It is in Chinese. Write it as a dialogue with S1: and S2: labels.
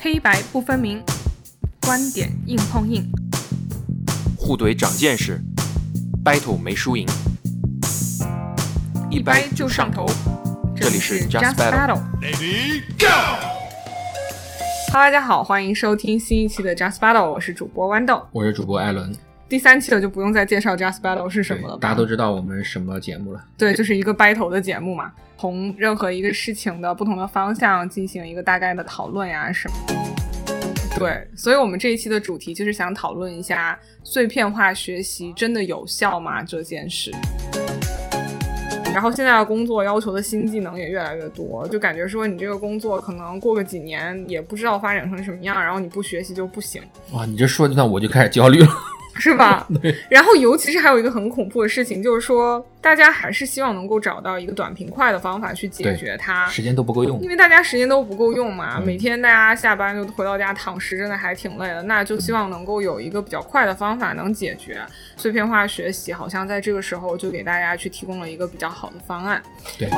S1: 黑白不分明，观点硬碰硬，
S2: 互怼长见识，battle 没输赢，一掰
S1: 掰就上头。
S2: 这里是 Just Battle。
S1: Hello，大家好，欢迎收听新一期的 Just Battle，我是主播豌豆。
S3: 我是主播艾伦，
S1: 第三期了就不用再介绍 Just Battle 是什么了
S3: 对
S1: 吧？
S3: 大家都知道我们什么节目了。
S1: 对，就是一个 battle 的节目嘛，从任何一个事情的不同的方向进行一个大概的讨论呀什么的。对，所以我们这一期的主题就是想讨论一下碎片化学习真的有效吗这件事。然后现在的工作要求的新技能也越来越多，就感觉说你这个工作可能过个几年也不知道发展成什么样，然后你不学习就不行。
S3: 哇，你这说这段我就开始焦虑了。
S1: 是吧？然后，尤其是还有一个很恐怖的事情，就是说，大家还是希望能够找到一个短平快的方法去解决它，
S3: 时间都不够用
S1: 啊因，为大家时间都不够用嘛，
S3: 嗯
S1: 每天大家下班就回到家躺尸，真的还挺累的。那就希望能够有一个比较快的方法能解决碎片化学习，好像在这个时候就给大家去提供了一个比较好的方案。
S3: 对，